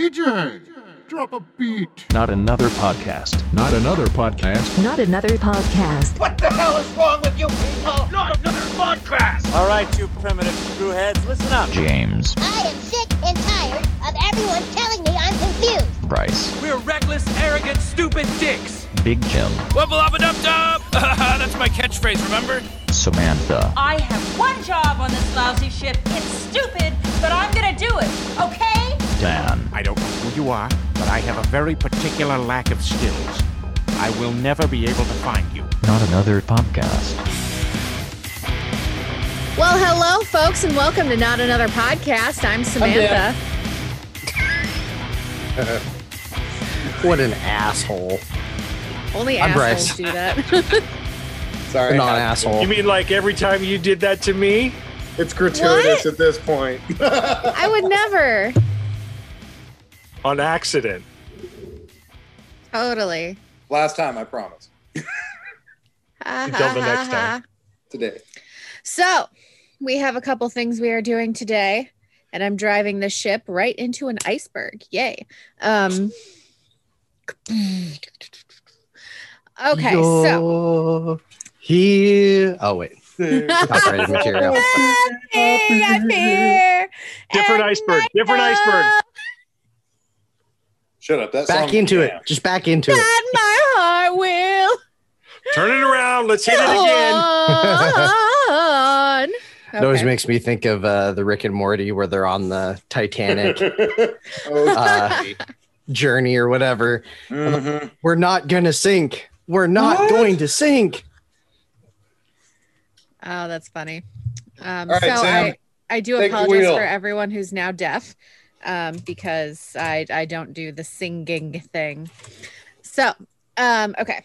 DJ, drop a beat. Not another podcast. Not another podcast. Not another podcast. What the hell is wrong with you people? Not another podcast! All right, you primitive screwheads, listen up. James. I am sick and tired of everyone telling me I'm confused. Bryce. We're reckless, arrogant, stupid dicks. Big Jim. Wubble up and up dub! That's my catchphrase, remember? Samantha. I have one job on this lousy ship. It's stupid, but I'm gonna do it, okay? Dan. I don't know who you are, but I have a very particular lack of skills. I will never be able to find you. Not another podcast. Well, hello, folks, and welcome to Not Another Podcast. I'm Samantha. What an asshole. Only I'm assholes Bryce. do that. Sorry. Not asshole. You mean like every time you did that to me? It's gratuitous at this point. I would never. On accident. Totally. Last time, I promise. Until the next time. Today. So, we have a couple things we are doing today, and I'm driving the ship right into an iceberg. Yay. Um, okay, so You're Here. Oh, wait. Copyrighted material. Nothing up here Different and iceberg, different nothing iceberg. Shut up. That Back song- into Yeah. it. Just back into on it. my heart will Turn it around. Let's hit it again. on. It always Okay. makes me think of uh, the Rick and Morty where they're on the Titanic oh, uh, journey or whatever. mhm. We're not going to sink. We're not What? going to sink. Oh, that's funny. Um, All right, so Sam, I, I do take the apologize wheel. for everyone who's now deaf um, because I, I don't do the singing thing. So, um, okay.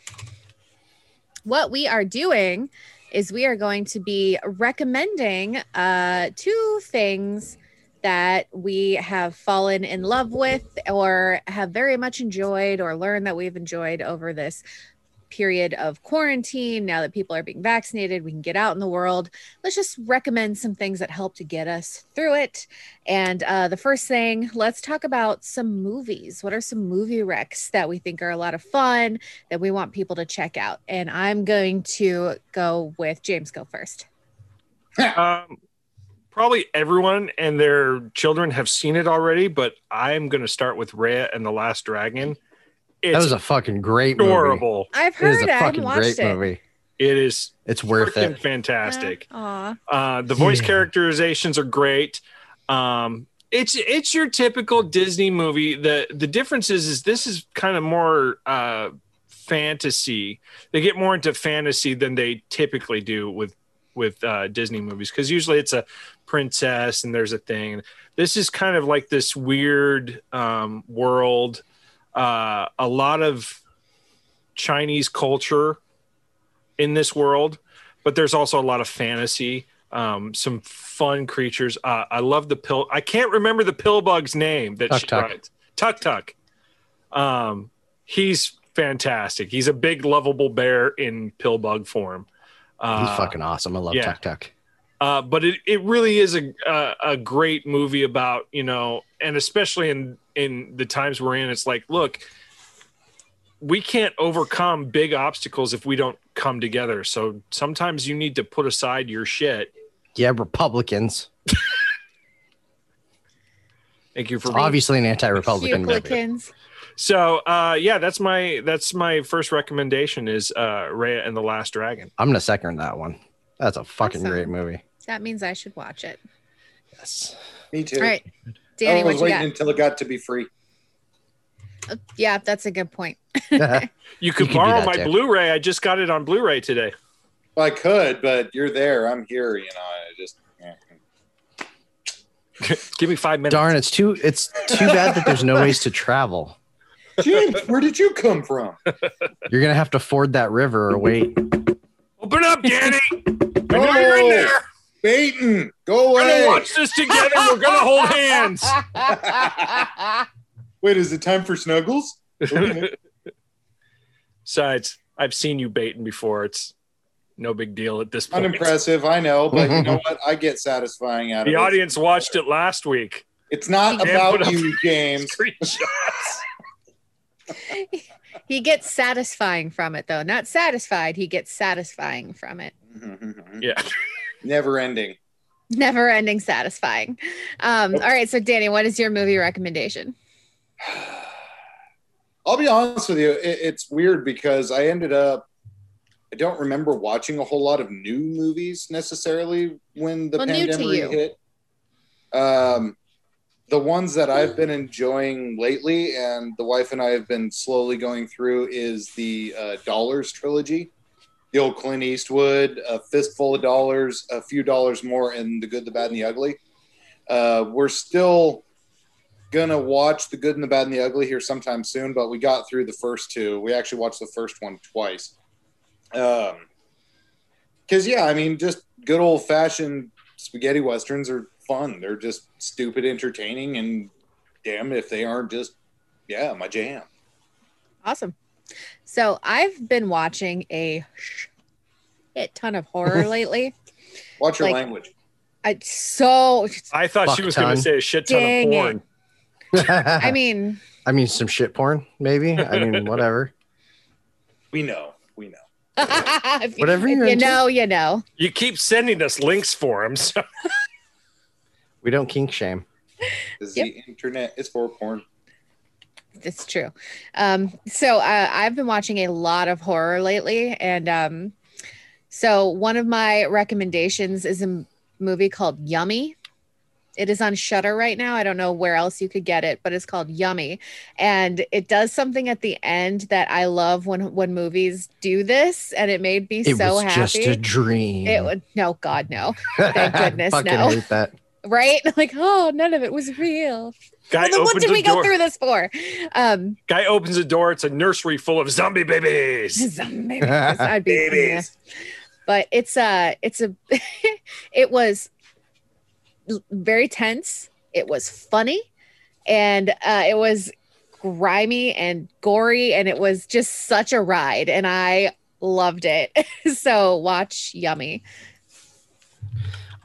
What we are doing is we are going to be recommending uh, two things that we have fallen in love with or have very much enjoyed or learned that we've enjoyed over this period of quarantine. Now that people are being vaccinated, we can get out in the world. Let's just recommend some things that help to get us through it. And uh, the first thing, let's talk about some movies. What are some movie recs that we think are a lot of fun that we want people to check out? And I'm going to go with James go first. Um, probably everyone and their children have seen it already, but I'm going to start with Raya and the Last Dragon. It's that was a fucking great movie. adorable. I've It is heard a I haven't fucking watched great it. movie. It is It's worth freaking it. fantastic. Aw. Uh, the voice Yeah. characterizations are great. Um, it's it's your typical Disney movie. the The difference is is this is kind of more uh, fantasy. They get more into fantasy than they typically do with with uh, Disney movies because usually it's a princess and there's a thing. This is kind of like this weird um, world. Uh, a lot of Chinese culture in this world, but there's also a lot of fantasy. Um, some fun creatures. Uh, I love the pill. I can't remember the pill bug's name that Tuk she Tuk. writes. Tuck Tuck. Um, he's fantastic. He's a big lovable bear in pill bug form. Uh, He's fucking awesome. I love yeah. Tuck Tuck. uh, but it, it really is a, a a great movie about you know, and especially in in the times we're in, it's like, look, we can't overcome big obstacles if we don't come together. So sometimes you need to put aside your shit. Yeah, Republicans. Thank you for It's obviously an anti-Republican movie. Republicans. so uh, yeah, that's my that's my first recommendation is uh, Raya and the Last Dragon. I'm gonna second that one. That's a fucking Awesome. great movie. That means I should watch it. Yes. Me too. All right. Danny, I what was you waiting got? until it got to be free. yeah, that's a good point. You could could do borrow that, my Jack. Blu-ray. I just got it on Blu-ray today. Well, I could, but you're there. I'm here. You know, I just. yeah. Give me five minutes. Darn, it's too it's too bad that there's no ways to travel. James, where did you come from? You're gonna have to ford that river or wait. Open up, Danny. Oh, I know you're in there. Baton, go We're gonna away. watch this together. We're gonna hold hands. Wait, is it time for snuggles? Okay. Besides, I've seen you baiting before. It's no big deal at this point. Unimpressive, I know, but you know what? I get satisfying out of The it. audience watched it last week. It's not Yeah, put about up you, James. he gets satisfying from it though. Not satisfied, he gets satisfying from it. yeah. Never ending. Never ending satisfying. Um, all right, so Danny, what is your movie recommendation? I'll be honest with you. It, it's weird because I ended up, I don't remember watching a whole lot of new movies necessarily when the Well, new to pandemic you. hit. Um, the ones that I've been enjoying lately, and the wife and I have been slowly going through, is the uh, Dollars trilogy. The old Clint Eastwood, A Fistful of Dollars, A Few Dollars More, and The Good, the Bad, and the Ugly. Uh, we're still gonna watch the good and the bad and the ugly here sometime soon but we got through the first two we actually watched the first one twice um because yeah i mean just good old fashioned spaghetti westerns are fun they're just stupid entertaining and damn if they aren't just yeah my jam Awesome. So I've been watching a shit ton of horror lately. watch your Like, language I so I thought Fuck she was going ton. to say a shit ton Dang of it. porn. Uh-huh. I mean I mean, some shit porn, maybe. I mean, whatever. we know we know if you- Whatever if you're you into. know, you know. You keep sending us links for them. So. We don't kink shame. 'Cause Yep. the internet is for porn It's true. Um, so uh, I've been watching a lot of horror lately, and um, so one of my recommendations is a m- movie called Yummy. It is on Shutter right now. I don't know where else you could get it, but it's called Yummy, and it does something at the end that I love when when movies do this, and it made me It so was happy. just a dream. it would no, God no, thank goodness, Fucking no. hate that. right? Like oh, none of it was real. Guy Well, then what opens did a we go door. through this for? Um, Guy opens a door. It's a nursery full of zombie babies. Maybe because I'd be from there. But it's a, it's a, it was l- very tense. It was funny, and uh, it was grimy and gory, and it was just such a ride, and I loved it. so watch Yummy.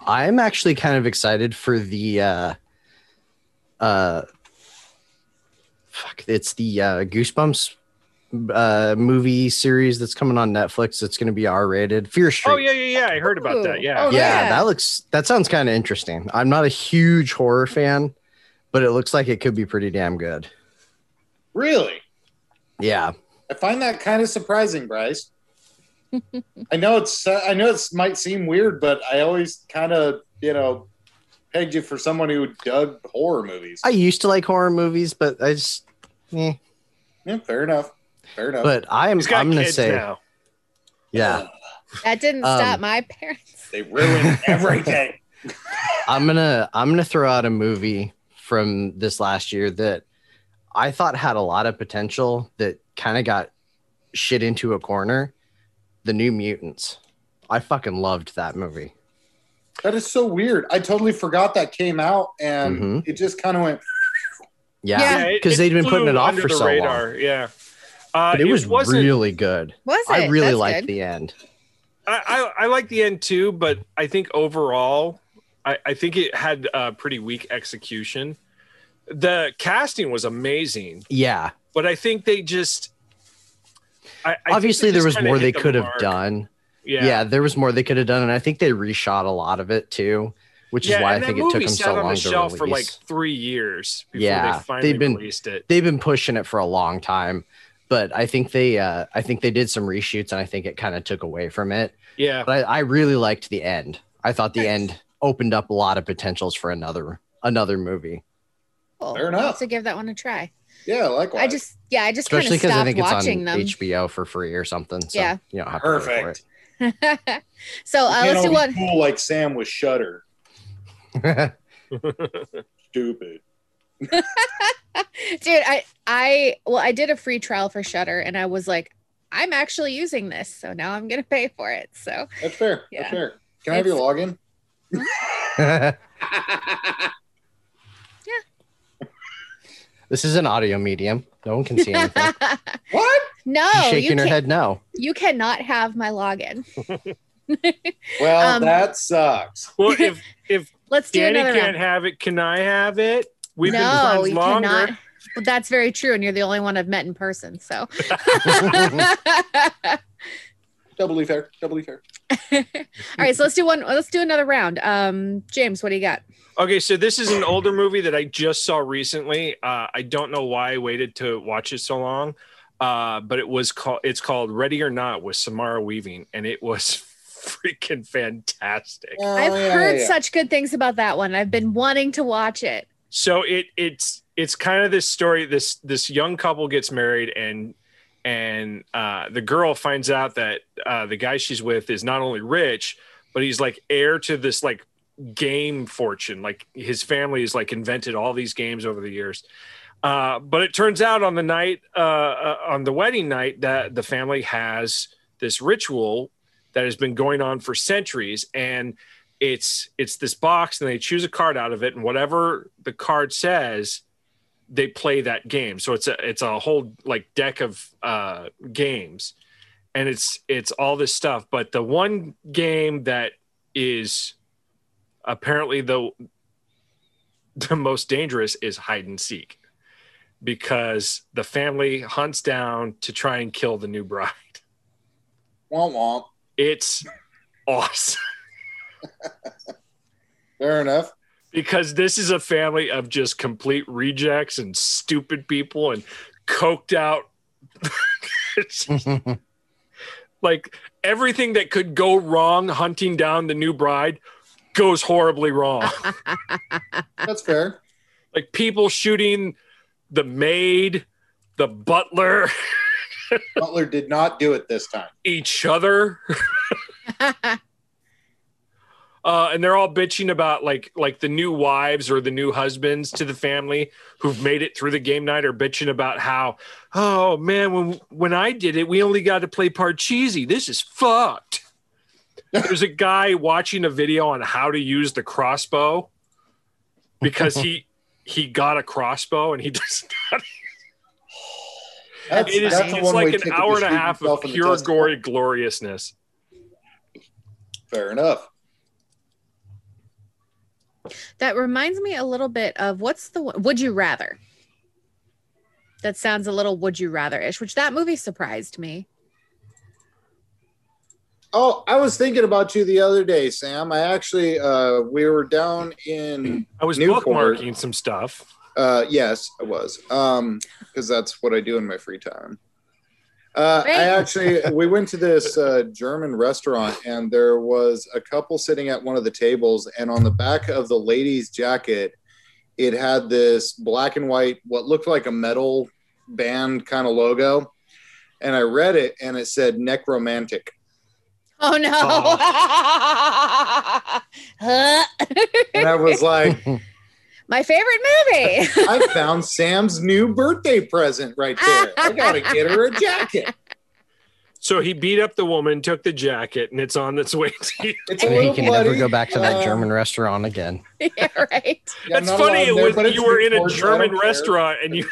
I'm actually kind of excited for the uh uh fuck it's the uh Goosebumps uh movie series that's coming on Netflix. It's gonna be R rated. Fear Street. Oh yeah, yeah, yeah. I heard about that. Yeah. Ooh. Oh, yeah, yeah. that looks that sounds kind of interesting. I'm not a huge horror fan, but it looks like it could be pretty damn good. really Yeah. I find that kind of surprising, Bryce. I know it's I know it might seem weird, but I always kind of you know pegged you for someone who dug horror movies. I used to like horror movies, but I just eh. yeah, fair enough. Fair enough. Oh, but I am He's got I'm gonna kids say now. yeah. That didn't Um, stop my parents. they ruined everything. I'm gonna I'm gonna throw out a movie from this last year that I thought had a lot of potential that kind of got shit into a corner. The New Mutants. I fucking loved that movie. that is so weird. I totally forgot that came out, and Mhm. it just kind of went. Yeah. Yeah, it- because they'd been flew putting it off under for the so long. radar. Yeah. Uh, But it, was wasn't- really good. Was it? I really That's liked good. the end. I, I, I like the end too, but I think overall, I, I think it had a pretty weak execution. The casting was amazing, Yeah. but I think they just. I, I think they Obviously, there just was kinda more hit they the could have mark. done. Yeah. Yeah. there was more they could have done, and I think they reshot a lot of it too, which Yeah, is why I and that think it took movie them sat so on long the to shelf release. for like three years before Yeah, they finally they've been- released it. they've been pushing it for a long time but i think they uh i think they did some reshoots and i think it kind of took away from it Yeah, but i, I really liked the end i thought the end opened up a lot of potentials for another another movie Cool. Fair I'll enough. have To give that one a try. Yeah, likewise. I just, yeah, I just kind especially of because i stopped think it's on watching them. hbo for free or something so Yeah. you don't have to pay for perfect. so uh, You let's know, do one. Cool, like Sam was Shudder. it. Stupid. dude i i well i did a free trial for shutter and i was like i'm actually using this so now i'm gonna pay for it so That's fair. Yeah. That's fair. Can I have your login? this is an audio medium no one can see anything What? no She's Oh, you, shaking her can't- head no you cannot have my login Well, Um, that sucks. Well, if if let's do Danny another can't round have it, can I have it? We've no, been you friends longer. cannot. Well, that's very true, and you're the only one I've met in person. So, Doubly fair. Doubly fair. all right, so let's do one. Let's do another round. Um, James, what do you got? Okay, so this is an older movie that I just saw recently. Uh, I don't know why I waited to watch it so long, uh, but it was called. It's called Ready or Not with Samara Weaving, and it was freaking fantastic. Oh, I've heard such good things about that one. I've been wanting to watch it. so it it's it's kind of this story this this young couple gets married and and uh, the girl finds out that uh, the guy she's with is not only rich but he's like heir to this like game fortune like his family has like invented all these games over the years uh, but it turns out on the night uh, uh, on the wedding night that the family has this ritual that has been going on for centuries and it's it's this box and they choose a card out of it and whatever the card says they play that game so it's a it's a whole like deck of uh games and it's it's all this stuff but the one game that is apparently the the most dangerous is hide and seek because the family hunts down to try and kill the new bride Womp womp. it's awesome Fair enough. because this is a family of just complete rejects and stupid people and coked out It's like everything that could go wrong hunting down the new bride goes horribly wrong That's fair. like people shooting the maid the butler Butler did not do it this time. each other. Uh, and they're all bitching about like like the new wives or the new husbands to the family who've made it through the game night are bitching about how oh man when when I did it we only got to play Parcheesi this is fucked. There's a guy watching a video on how to use the crossbow because he he got a crossbow and he doesn't That's, it is that's the it's one like way an ticket to hour and a shoot half of yourself in the pure testicle. gory gloriousness. Fair enough. That reminds me a little bit of what's the one- Would You Rather? That sounds a little Would You Rather ish, which that movie surprised me. Oh, I was thinking about you the other day, Sam. I actually, uh, we were down in, I was Newport. bookmarking some stuff. uh, yes, I was, um, because that's what I do in my free time. Uh, I Great. actually, we went to this uh, German restaurant, and there was a couple sitting at one of the tables, and on the back of the lady's jacket, it had this black and white, what looked like a metal band kind of logo, and I read it, and it said necromantic. Oh no. and I was like, My favorite movie. I found Sam's new birthday present right there. I gotta get her a jacket. So he beat up the woman, took the jacket, and it's on its way to you. It's a And he little can bloody. never go back to that Uh, German restaurant again. yeah, right. yeah, I'm That's not funny. allowed It there, was but it's you were in a Newport, so I don't German care. restaurant, and you.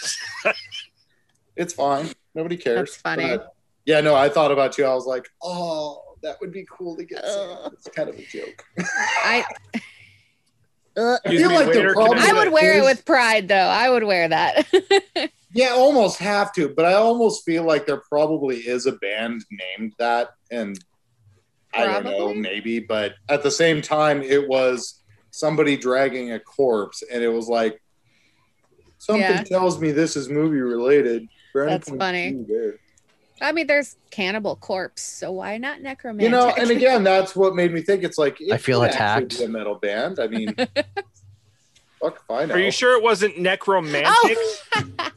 It's fine. Nobody cares. That's funny. But, yeah, no, I thought about you. I was like, oh, that would be cool to get. Sam. It's kind of a joke. I I feel like the problem. I would wear it is- with pride though. I would wear that. Yeah, almost have to, but I almost feel like there probably is a band named that, and I don't know, Probably? maybe. But at the same time, it was somebody dragging a corpse, and it was like something Yeah. tells me this is movie related. Brandon That's can funny. do there. I mean, there's cannibal corpse, so why not necromantic? You know, and again, that's what made me think it's like it I feel could actually attacked. be A metal band. I mean, fuck, if I know. Are you sure it wasn't necromantic? Oh!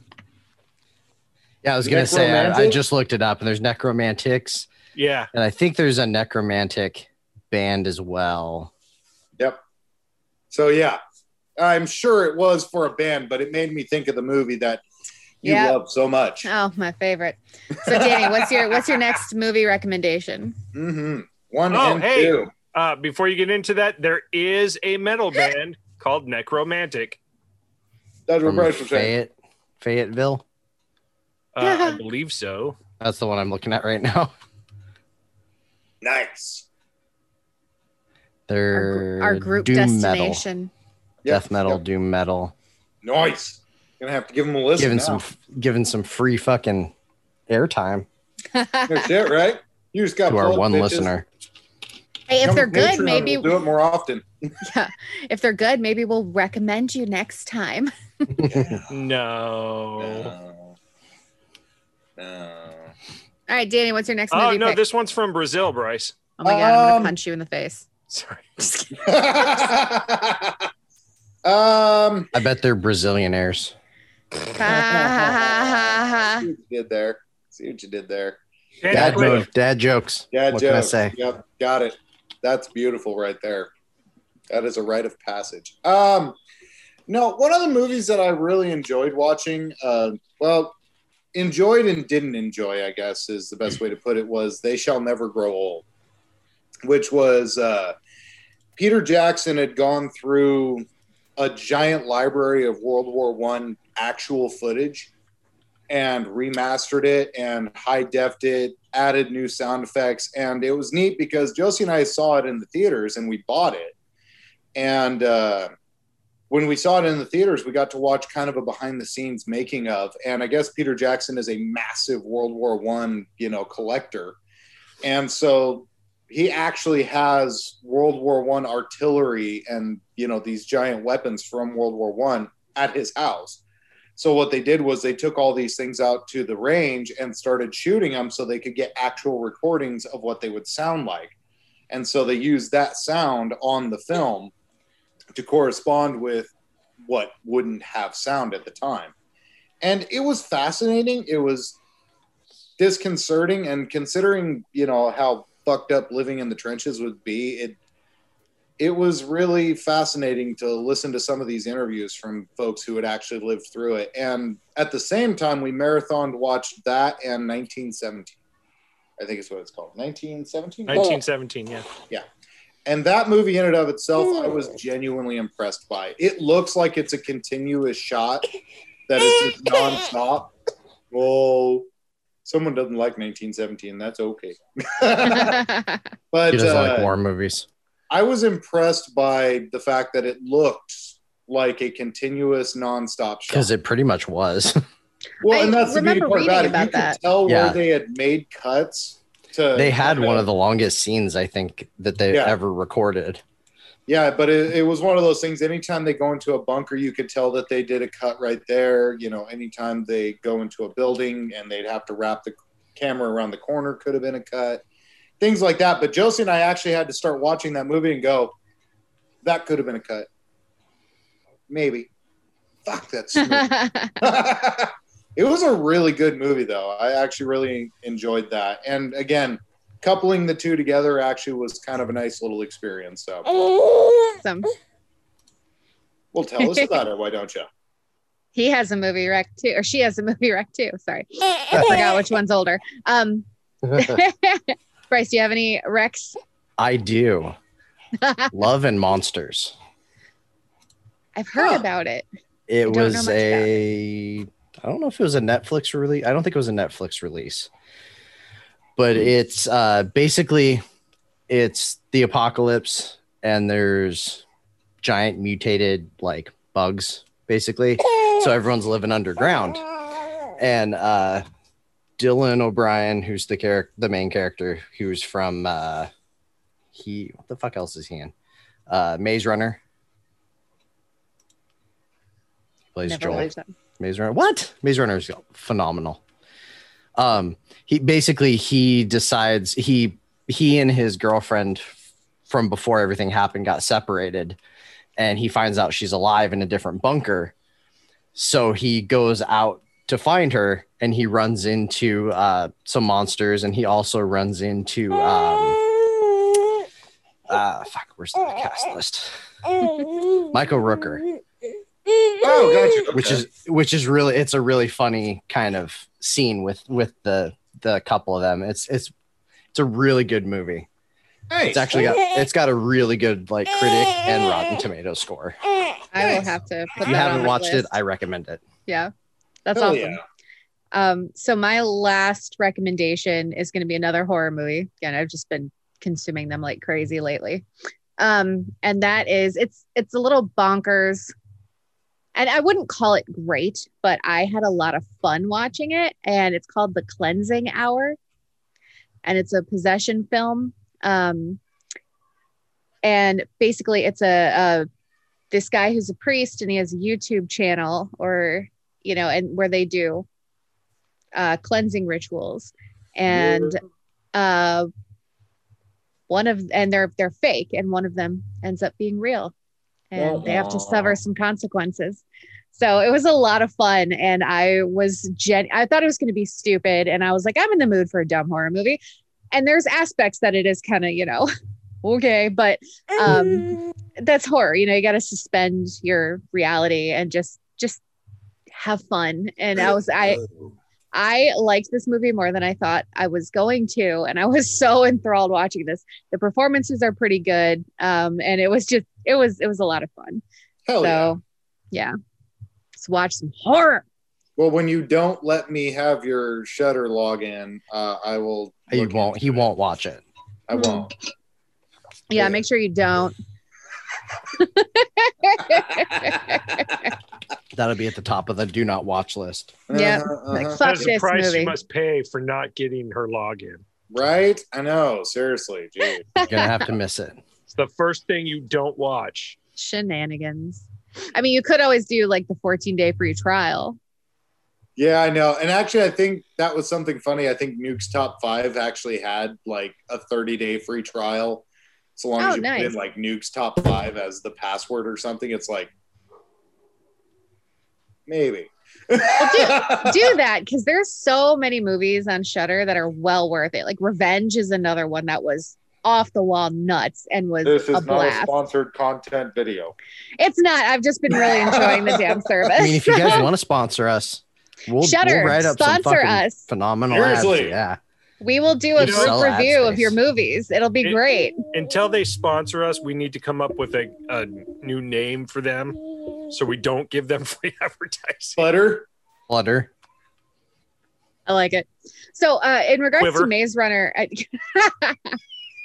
Yeah, I was gonna say I, I Necromantic? just looked it up, and there's necromantics, Yeah, and I think there's a necromantic band as well. Yep. So yeah, I'm sure it was for a band, but it made me think of the movie that you Yep. love so much. Oh, my favorite. So Danny, what's your what's your next movie recommendation? Mm-hmm. One Oh, and hey. two. Uh, before you get into that, there is a metal band called Necromantic. That's what From Bryce was saying. Fayette, Fayetteville. Uh, I believe so. That's the one I'm looking at right now. Nice. Our, They're gr- our group doom metal, destination. Yep, death metal, yep. doom metal. Nice. Gonna have to give him a listen. Giving now. some giving some free fucking airtime No shit, right? You just got to our plugged, one bitches. listener. Hey, if Come they're with good, Patreon, maybe we'll do it more often. yeah. If they're good, maybe we'll recommend you next time. Oh. No. No. All right, Danny, what's your next Oh movie no, pick? this one's from Brazil, Bryce. oh my god, I'm Um, gonna punch you in the face. Sorry. Um, I bet they're Brazilianaires. See what you did there. See what you did there. Dad, mode, dad jokes. Dad what joke. can I say? Yep, got it. That's beautiful right there. That is a rite of passage. Um, no, one of the movies that I really enjoyed watching, uh, well, enjoyed and didn't enjoy, I guess is the best way to put it, was They Shall Never Grow Old, which was uh, Peter Jackson had gone through a giant library of World War One actual footage and remastered it and high defed it, added new sound effects, and it was neat because Josie and I saw it in the theaters and we bought it. And uh, when we saw it in the theaters, we got to watch kind of a behind the scenes making of. And I guess Peter Jackson is a massive World War One, you know, collector, and so he actually has World War One artillery and you know these giant weapons from World War One at his house. So what they did was they took all these things out to the range and started shooting them so they could get actual recordings of what they would sound like. And so they used that sound on the film to correspond with what wouldn't have sound at the time. And it was fascinating. It was disconcerting and considering, you know, how fucked up living in the trenches would be, it it was really fascinating to listen to some of these interviews from folks who had actually lived through it. And at the same time, we marathoned watched that and 1917. I think is what it's called. 1917? 1917, yeah. Yeah. And that movie in and of itself, I was genuinely impressed by. It looks like it's a continuous shot that is just nonstop. Whoa. Someone doesn't like 1917. That's okay. but he doesn't like uh, war movies. I was impressed by the fact that it looked like a continuous nonstop shot. Because it pretty much was. Well, I and that's the beauty remember part about it. reading you about that. could tell Yeah. where they had made cuts. To they had one of the longest scenes I think that they Yeah. ever recorded. Yeah, but it, it was one of those things. Anytime they go into a bunker, you could tell that they did a cut right there. You know, anytime they go into a building and they'd have to wrap the camera around the corner, could have been a cut, things like that. But Josie and I actually had to start watching that movie and go, that could have been a cut. Maybe. Fuck, that's. it was a really good movie, though. I actually really enjoyed that. And again, coupling the two together actually was kind of a nice little experience. So. Awesome. Well, tell us about it. Why don't you? He has a movie wreck too, or she has a movie wreck too. Sorry, I forgot which one's older. Um, Bryce, do you have any wrecks? I do. Love and Monsters. I've heard about it. It don't know was much about a I don't know if it was a Netflix release. I don't think it was a Netflix release. But Hmm. it's uh basically it's the apocalypse and there's giant mutated like bugs basically. so everyone's living underground. And uh Dylan O'Brien, who's the character the main character who's from uh he what the fuck else is he in? Uh Maze Runner. He plays Never Joel. watched that. Maze Runner. What? Maze Runner is phenomenal. Um, he basically he decides he he and his girlfriend from before everything happened got separated, and he finds out she's alive in a different bunker. So he goes out to find her, and he runs into uh, some monsters, and he also runs into um, uh, fuck, where's the cast list? Michael Rooker Oh, gotcha. which is which is really it's a really funny kind of scene with with the the couple of them it's it's it's a really good movie nice. it's actually got it's got a really good like critic and rotten tomato score I will have to. Put if you that on haven't my watched it list. i recommend it Yeah, that's Hell awesome. Um, so my last recommendation is going to be another horror movie. Again, I've just been consuming them like crazy lately. Um, and that is it's it's a little bonkers. and I wouldn't call it great, but I had a lot of fun watching it. And it's called The Cleansing Hour, and it's a possession film. Um, and basically, it's a, a this guy who's a priest, and he has a YouTube channel, or you know, and where they do uh, cleansing rituals, and uh, one of and they're they're fake, and one of them ends up being real and they have to suffer some consequences. So it was a lot of fun, and I was gen. I thought it was going to be stupid, and I was like, I'm in the mood for a dumb horror movie. And there's aspects that it is kind of, you know, okay, but um, that's horror. You know, you got to suspend your reality and just just have fun. And I was I. I liked this movie more than I thought I was going to, and I was so enthralled watching this. The performances are pretty good, um, and it was just it was it was a lot of fun. Hell so, Oh, yeah. let's watch some horror. Well, when you don't let me have your Shutter login, uh, I will. He won't. He won't watch it. I won't. Yeah, make sure you don't. That'll be at the top of the do not watch list. Yeah, Uh-huh, like fuck That's the this price movie. you must pay for not getting her login. Right? I know. Seriously, dude. You're gonna have to miss it. It's the first thing you don't watch. Shenanigans. I mean, you could always do like the 14 day free trial. Yeah, I know. And actually, I think that was something funny. I think Nuke's Top Five actually had like a 30 day free trial. So long Oh, as you nice. put in like Nuke's Top Five as the password or something, it's like maybe. do that because there's so many movies on Shutter that are well worth it. Like Revenge is another one that was off the wall nuts and was This is a not a blast. sponsored content video. it's not. I've just been really enjoying the damn service. I mean, if you guys want to sponsor us, we'll, Shudder, we'll write up some sponsor fucking us. phenomenal ads. Seriously. Yeah, we will do a You know, group sell ad review of space. your movies. It'll be It- great. Until they sponsor us, we need to come up with a, a new name for them so we don't give them free advertising. Butter. Flutter. I like it. So, uh, in regards to Quiver. Maze Runner, I-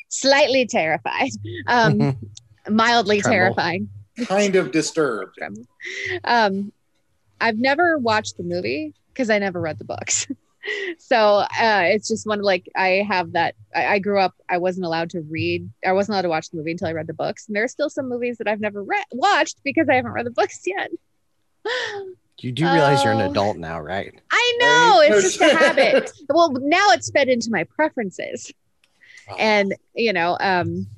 slightly terrified, um, mildly Tremble. terrifying. Kind of disturbed. Um, I've never watched the movie because I never read the books. so uh, it's just one like I have that. I, I grew up. I wasn't allowed to read. I wasn't allowed to watch the movie until I read the books. And there are still some movies that I've never re- watched because I haven't read the books yet. You do realize you're an Oh. adult now, right? I know Right? it's just a habit. Well, now it's fed into my preferences, and you know, um,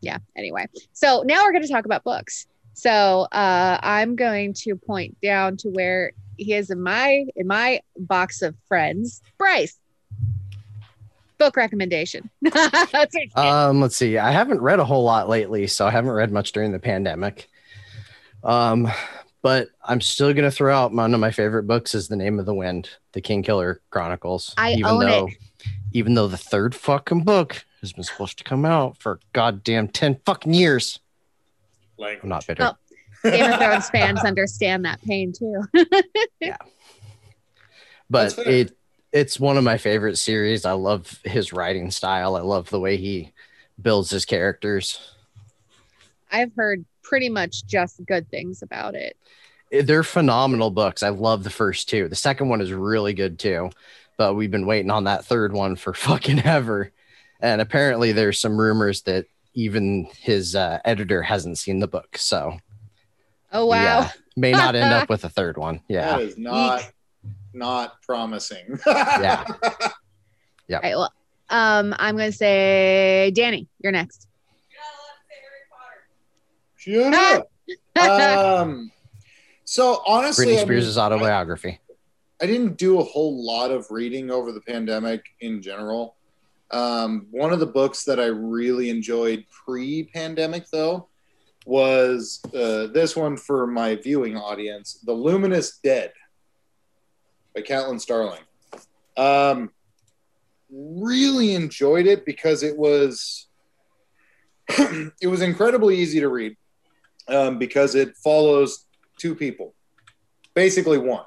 yeah. Anyway, so now we're going to talk about books. So uh, I'm going to point down to where he is in my in my box of friends. Bryce, book recommendation. That's it. Um, let's see. I haven't read a whole lot lately, so I haven't read much during the pandemic. Um, but I'm still gonna throw out one of my favorite books is The Name of the Wind, The King Killer Chronicles. I own it. though, even though the third fucking book has been supposed to come out for goddamn ten fucking years. I'm not bitter. Well, Game of Thrones fans understand that pain too. but it it's one of my favorite series. I love his writing style. I love the way he builds his characters. I've heard pretty much just good things about it. It- Eh, They're phenomenal books. I love the first two. The second one is really good too, but we've been waiting on that third one for fucking ever. And apparently, there's some rumors that even his uh, editor hasn't seen the book, so Oh we, wow. uh, may not end up with a third one. Yeah, That is not not promising. yeah, yeah. All right. Well, um, I'm gonna say Danny, you're next. Shut up. um, so honestly, I Britney mean, Spears' autobiography. I didn't do a whole lot of reading over the pandemic in general. Um, one of the books that I really enjoyed pre pandemic, though, was uh, this one for my viewing audience The Luminous Dead by Catelyn Starling. Um, really enjoyed it because it was it was incredibly easy to read um, because it follows two people basically one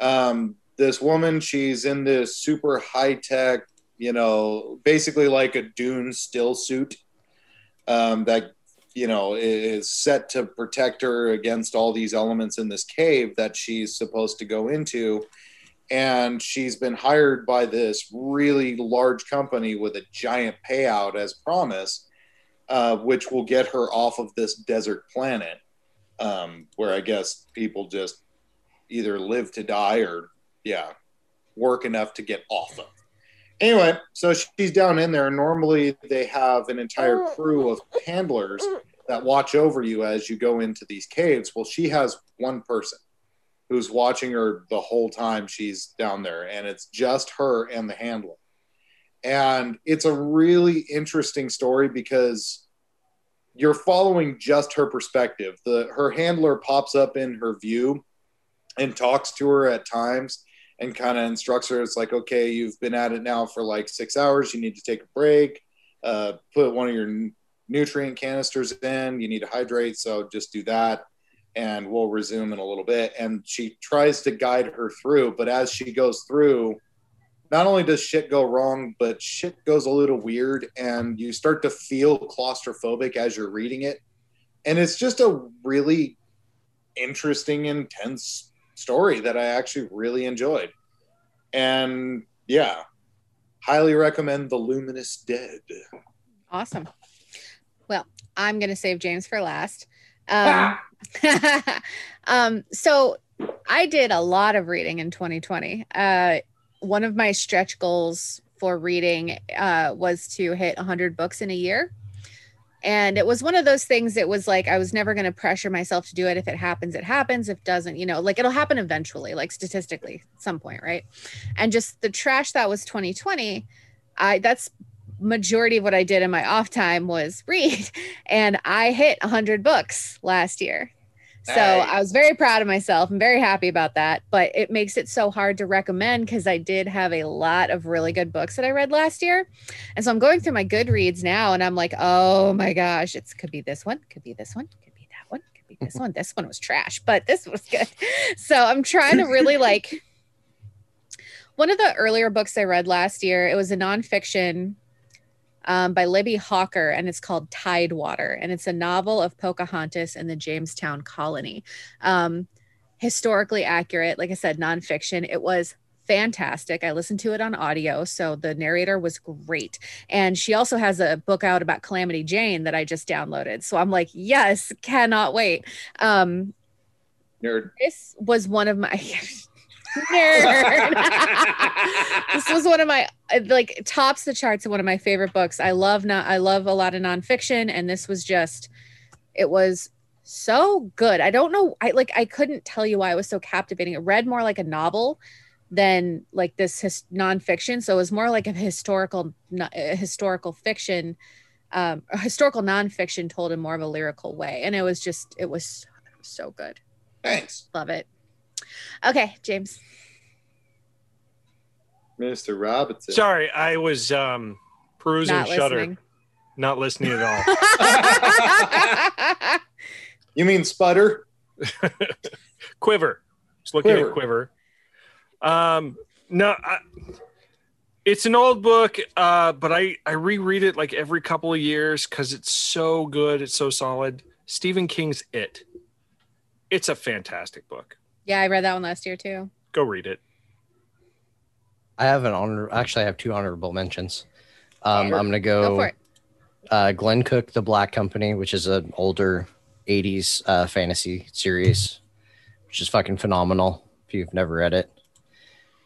um, this woman she's in this super high tech you know basically like a dune still suit um, that you know, is set to protect her against all these elements in this cave that she's supposed to go into. And she's been hired by this really large company with a giant payout as promise, uh, which will get her off of this desert planet, um, where I guess people just either live to die or, yeah, work enough to get off of anyway, so she's down in there. Normally, they have an entire crew of handlers that watch over you as you go into these caves. Well, she has one person who's watching her the whole time she's down there, and it's just her and the handler. And it's a really interesting story because you're following just her perspective. The her handler pops up in her view and talks to her at times and kind of instructs her. It's like, okay, you've been at it now for like six hours. You need to take a break. Uh, put one of your n- nutrient canisters in. You need to hydrate. So just do that. And we'll resume in a little bit. And she tries to guide her through. But as she goes through, not only does shit go wrong, but shit goes a little weird. And you start to feel claustrophobic as you're reading it. And it's just a really interesting, intense story that I actually really enjoyed. And yeah, highly recommend The Luminous Dead. Awesome. Well, I'm going to save James for last. Um, um, so I did a lot of reading in 2020. Uh, one of my stretch goals for reading uh, was to hit 100 books in a year. And it was one of those things that was like, I was never going to pressure myself to do it. If it happens, it happens. If it doesn't, you know, like it'll happen eventually, like statistically at some point, right? And just the trash that was 2020, I that's majority of what I did in my off time was read. And I hit 100 books last year. So Nice. I was very proud of myself. I'm very happy about that. But it makes it so hard to recommend because I did have a lot of really good books that I read last year. And so I'm going through my Goodreads now and I'm like, oh my gosh, it could be this one, could be this one, could be that one, could be this one. This one was trash, but this was good. So I'm trying to really like one of the earlier books I read last year, it was a nonfiction um, by Libby Hawker, and it's called Tidewater. And it's a novel of Pocahontas and the Jamestown colony. Um, historically accurate, like I said, nonfiction. It was fantastic. I listened to it on audio, so the narrator was great. And she also has a book out about Calamity Jane that I just downloaded. So I'm like, yes, cannot wait. Um, Nerd. this was one of my nerd. this was one of my it, like tops the charts of one of my favorite books. I love not I love a lot of nonfiction, and this was just it was so good. I don't know. I like I couldn't tell you why it was so captivating. It read more like a novel than like this his, nonfiction. So it was more like a historical no- uh, historical fiction, um, a historical nonfiction told in more of a lyrical way. And it was just it was so, so good. Thanks. Love it. Okay, James. Mr. Robinson. Sorry, I was um, perusing Not Shutter, listening. not listening at all. you mean sputter? quiver. Just looking Quiver. at quiver. Um, no, I, it's an old book, uh, but I I reread it like every couple of years because it's so good. It's so solid. Stephen King's It. It's a fantastic book. Yeah, I read that one last year too. Go read it. I have an honor. Actually, I have two honorable mentions. Um, I'm gonna go. Go for it. Uh, Glenn Cook, The Black Company, which is an older '80s uh, fantasy series, which is fucking phenomenal. If you've never read it,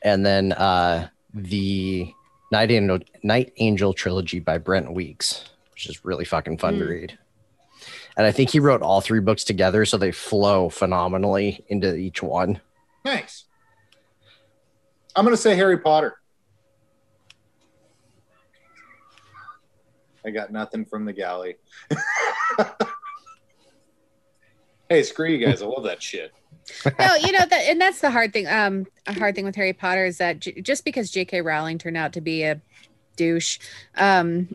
and then uh, the Night Angel Night Angel trilogy by Brent Weeks, which is really fucking fun to Mm. read. And I think he wrote all three books together, so they flow phenomenally into each one. Nice. I'm going to say Harry Potter. I got nothing from the galley. hey, screw you guys. I love that shit. no, you know that, and that's the hard thing. Um, a hard thing with Harry Potter is that j- just because J.K. Rowling turned out to be a douche, um,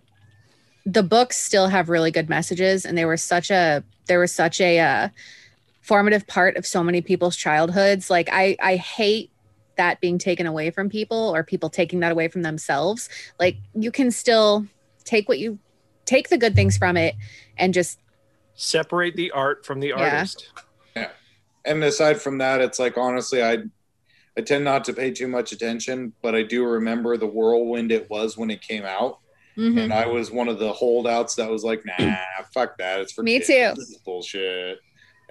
the books still have really good messages, and they were such a they were such a uh, formative part of so many people's childhoods. Like I, I hate that being taken away from people or people taking that away from themselves. Like you can still take what you take the good things from it and just Separate the art from the artist. Yeah. And aside from that, it's like honestly, I I tend not to pay too much attention, but I do remember the whirlwind it was when it came out. Mhm. And I was one of the holdouts that was like, nah, fuck that. It's for Me kids. too. This is bullshit.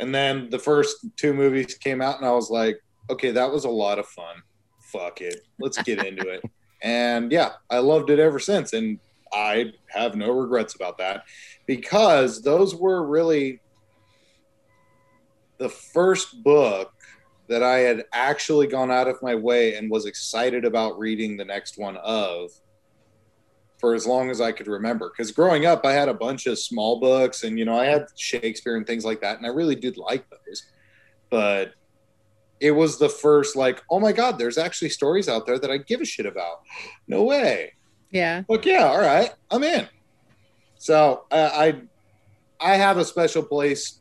And then the first two movies came out, and I was like, okay, that was a lot of fun. Fuck it. Let's get into it. And yeah, I loved it ever since. And I have no regrets about that because those were really the first book that I had actually gone out of my way and was excited about reading the next one of for as long as I could remember. Because growing up, I had a bunch of small books and, you know, I had Shakespeare and things like that. And I really did like those. But it was the first, like, oh my God, there's actually stories out there that I give a shit about. No way. Yeah. Fuck yeah. All right. I'm in. So I, I, I have a special place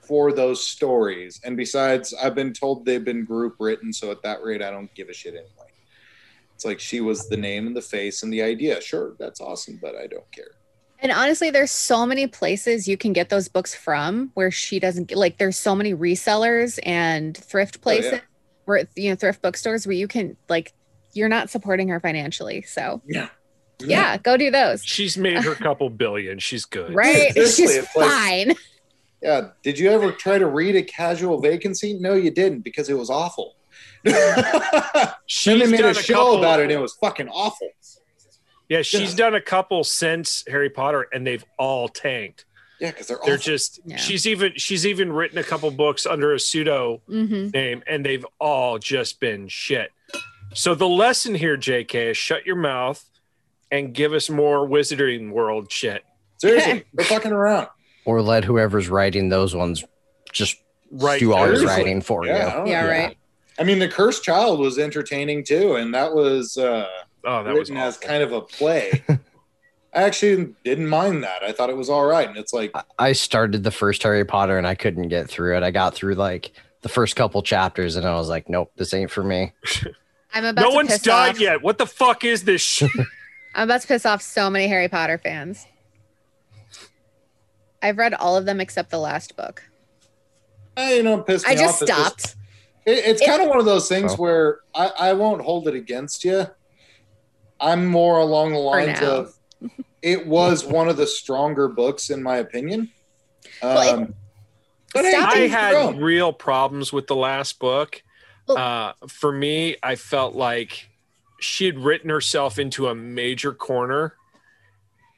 for those stories. And besides, I've been told they've been group written. So at that rate, I don't give a shit anyway. It's like she was the name and the face and the idea. Sure, that's awesome, but I don't care. And honestly, there's so many places you can get those books from where she doesn't get like there's so many resellers and thrift Oh, yeah. places where you know thrift bookstores where you can like you're not supporting her financially. So yeah, yeah, go do those. She's made her couple billion. She's good. Right? Seriously, She's it's like- fine. Yeah. Did you ever try to read a casual vacancy? No, you didn't because it was awful. She's They made done a show couple- about it and it was fucking awful. Yeah, she's done a couple since Harry Potter, and they've all tanked. Yeah, because they're They're awful. just. Oh, Yeah. She's even. She's even written a couple books under a pseudo Mhm. name, and they've all just been shit. So the lesson here, J.K., is shut your mouth and give us more Wizarding World shit. Seriously, we're fucking around. or let whoever's writing those ones just Right. do all your Seriously. writing for Oh, Yeah, I you. don't know. I mean, The Cursed Child was entertaining too, and that was uh, Oh, that was written as kind of a play. I actually didn't mind that. I thought it was all right, and it's like I started the first Harry Potter and I couldn't get through it. I got through like the first couple chapters and I was like, nope, this ain't for me. I'm about No to one's piss died off. yet. What the fuck is this shit? I'm about to piss off so many Harry Potter fans. I've read all of them except the last book. eh, you know, it pissed me I off. just It's stopped. It, it's kind of one of those things Oh. where I, I won't hold it against you. I'm more along the lines now. of it was one of the stronger books, in my opinion. Um, Well, but hey, Stop I things grow. had real problems with the last book. Well- Uh, for me, I felt like she had written herself into a major corner.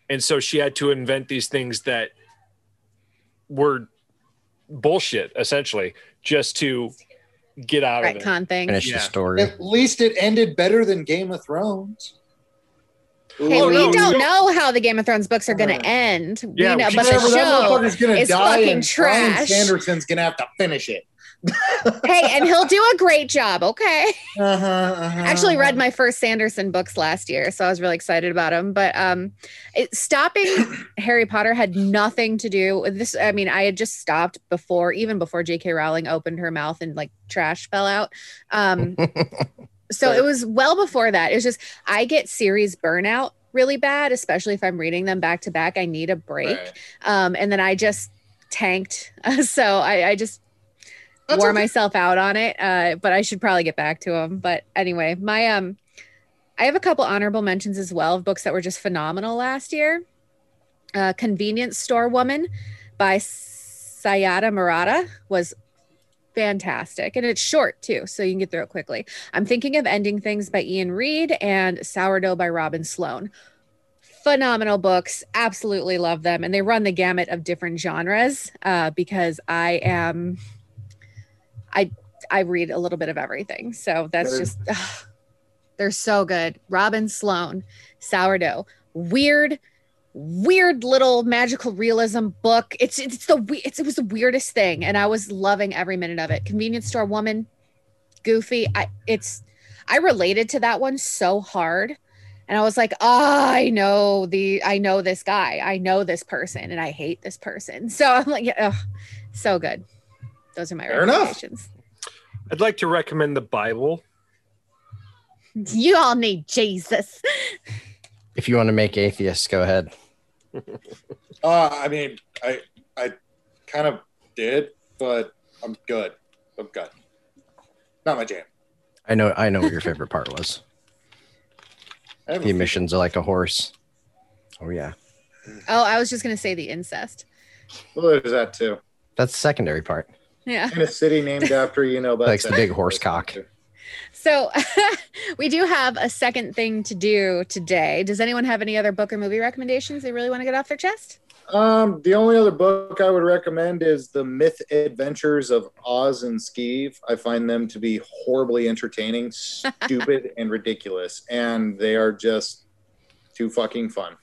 And so she had to invent these things that were bullshit, essentially, just to get out of it. Retcon thing. Finish Yeah. the story. At least it ended better than Game of Thrones. Hey, Oh, we no, don't no. know how the Game of Thrones books are going Right. to end. We Yeah, know, we but should the Whatever, that show. motherfucker's gonna is die, fucking and Bryan trash. Sanderson's gonna have to finish it. hey, and he'll do a great job. Okay. Uh-huh, uh-huh. I actually read my first Sanderson books last year, so I was really excited about them. But um, it, stopping Harry Potter had nothing to do with this. I mean, I had just stopped before, even before J.K. Rowling opened her mouth and like trash fell out. Um, so it was well before that. It was just I get series burnout really bad, especially if I'm reading them back to back. I need a break, Right. um, and then I just tanked. so I, I just That's wore okay. myself out on it. Uh, but I should probably get back to them. But anyway, my um, I have a couple honorable mentions as well of books that were just phenomenal last year. Uh, Convenience Store Woman by Sayada Murata was fantastic, and it's short too, so you can get through it quickly. I'm thinking of Ending Things by Ian Reed and Sourdough by Robin Sloan. Phenomenal books, absolutely love them, and they run the gamut of different genres uh, because I am I read a little bit of everything. So that's That is- just ugh, they're so good. Robin Sloan, sourdough, weird, weird little magical realism book. It's it's the we- it's, it was the weirdest thing, and I was loving every minute of it. Convenience store woman, goofy. I it's I related to that one so hard. And I was like, ah, I know the, I know this guy, I know this person, and I hate this person. So I'm like, yeah, ugh, so good. Those are my Fair enough. recommendations. I'd like to recommend the Bible. You all need Jesus. if you want to make atheists, go ahead. Uh, I mean, I, I kind of did, but I'm good. I'm good. Not my jam. I know. I know what your favorite part was. I have a The emissions are like a horse. Oh yeah, Oh, I was just gonna say the incest. Well, there's that too. that's the secondary part. Yeah. In a city named after you know, Likes the big horse cock. So we do have a second thing to do today. Does anyone have any other book or movie recommendations they really want to get off their chest? Um, the only other book I would recommend is The Myth Adventures of Oz and Skeeve. I find them to be horribly entertaining, stupid, and ridiculous, and they are just too fucking fun.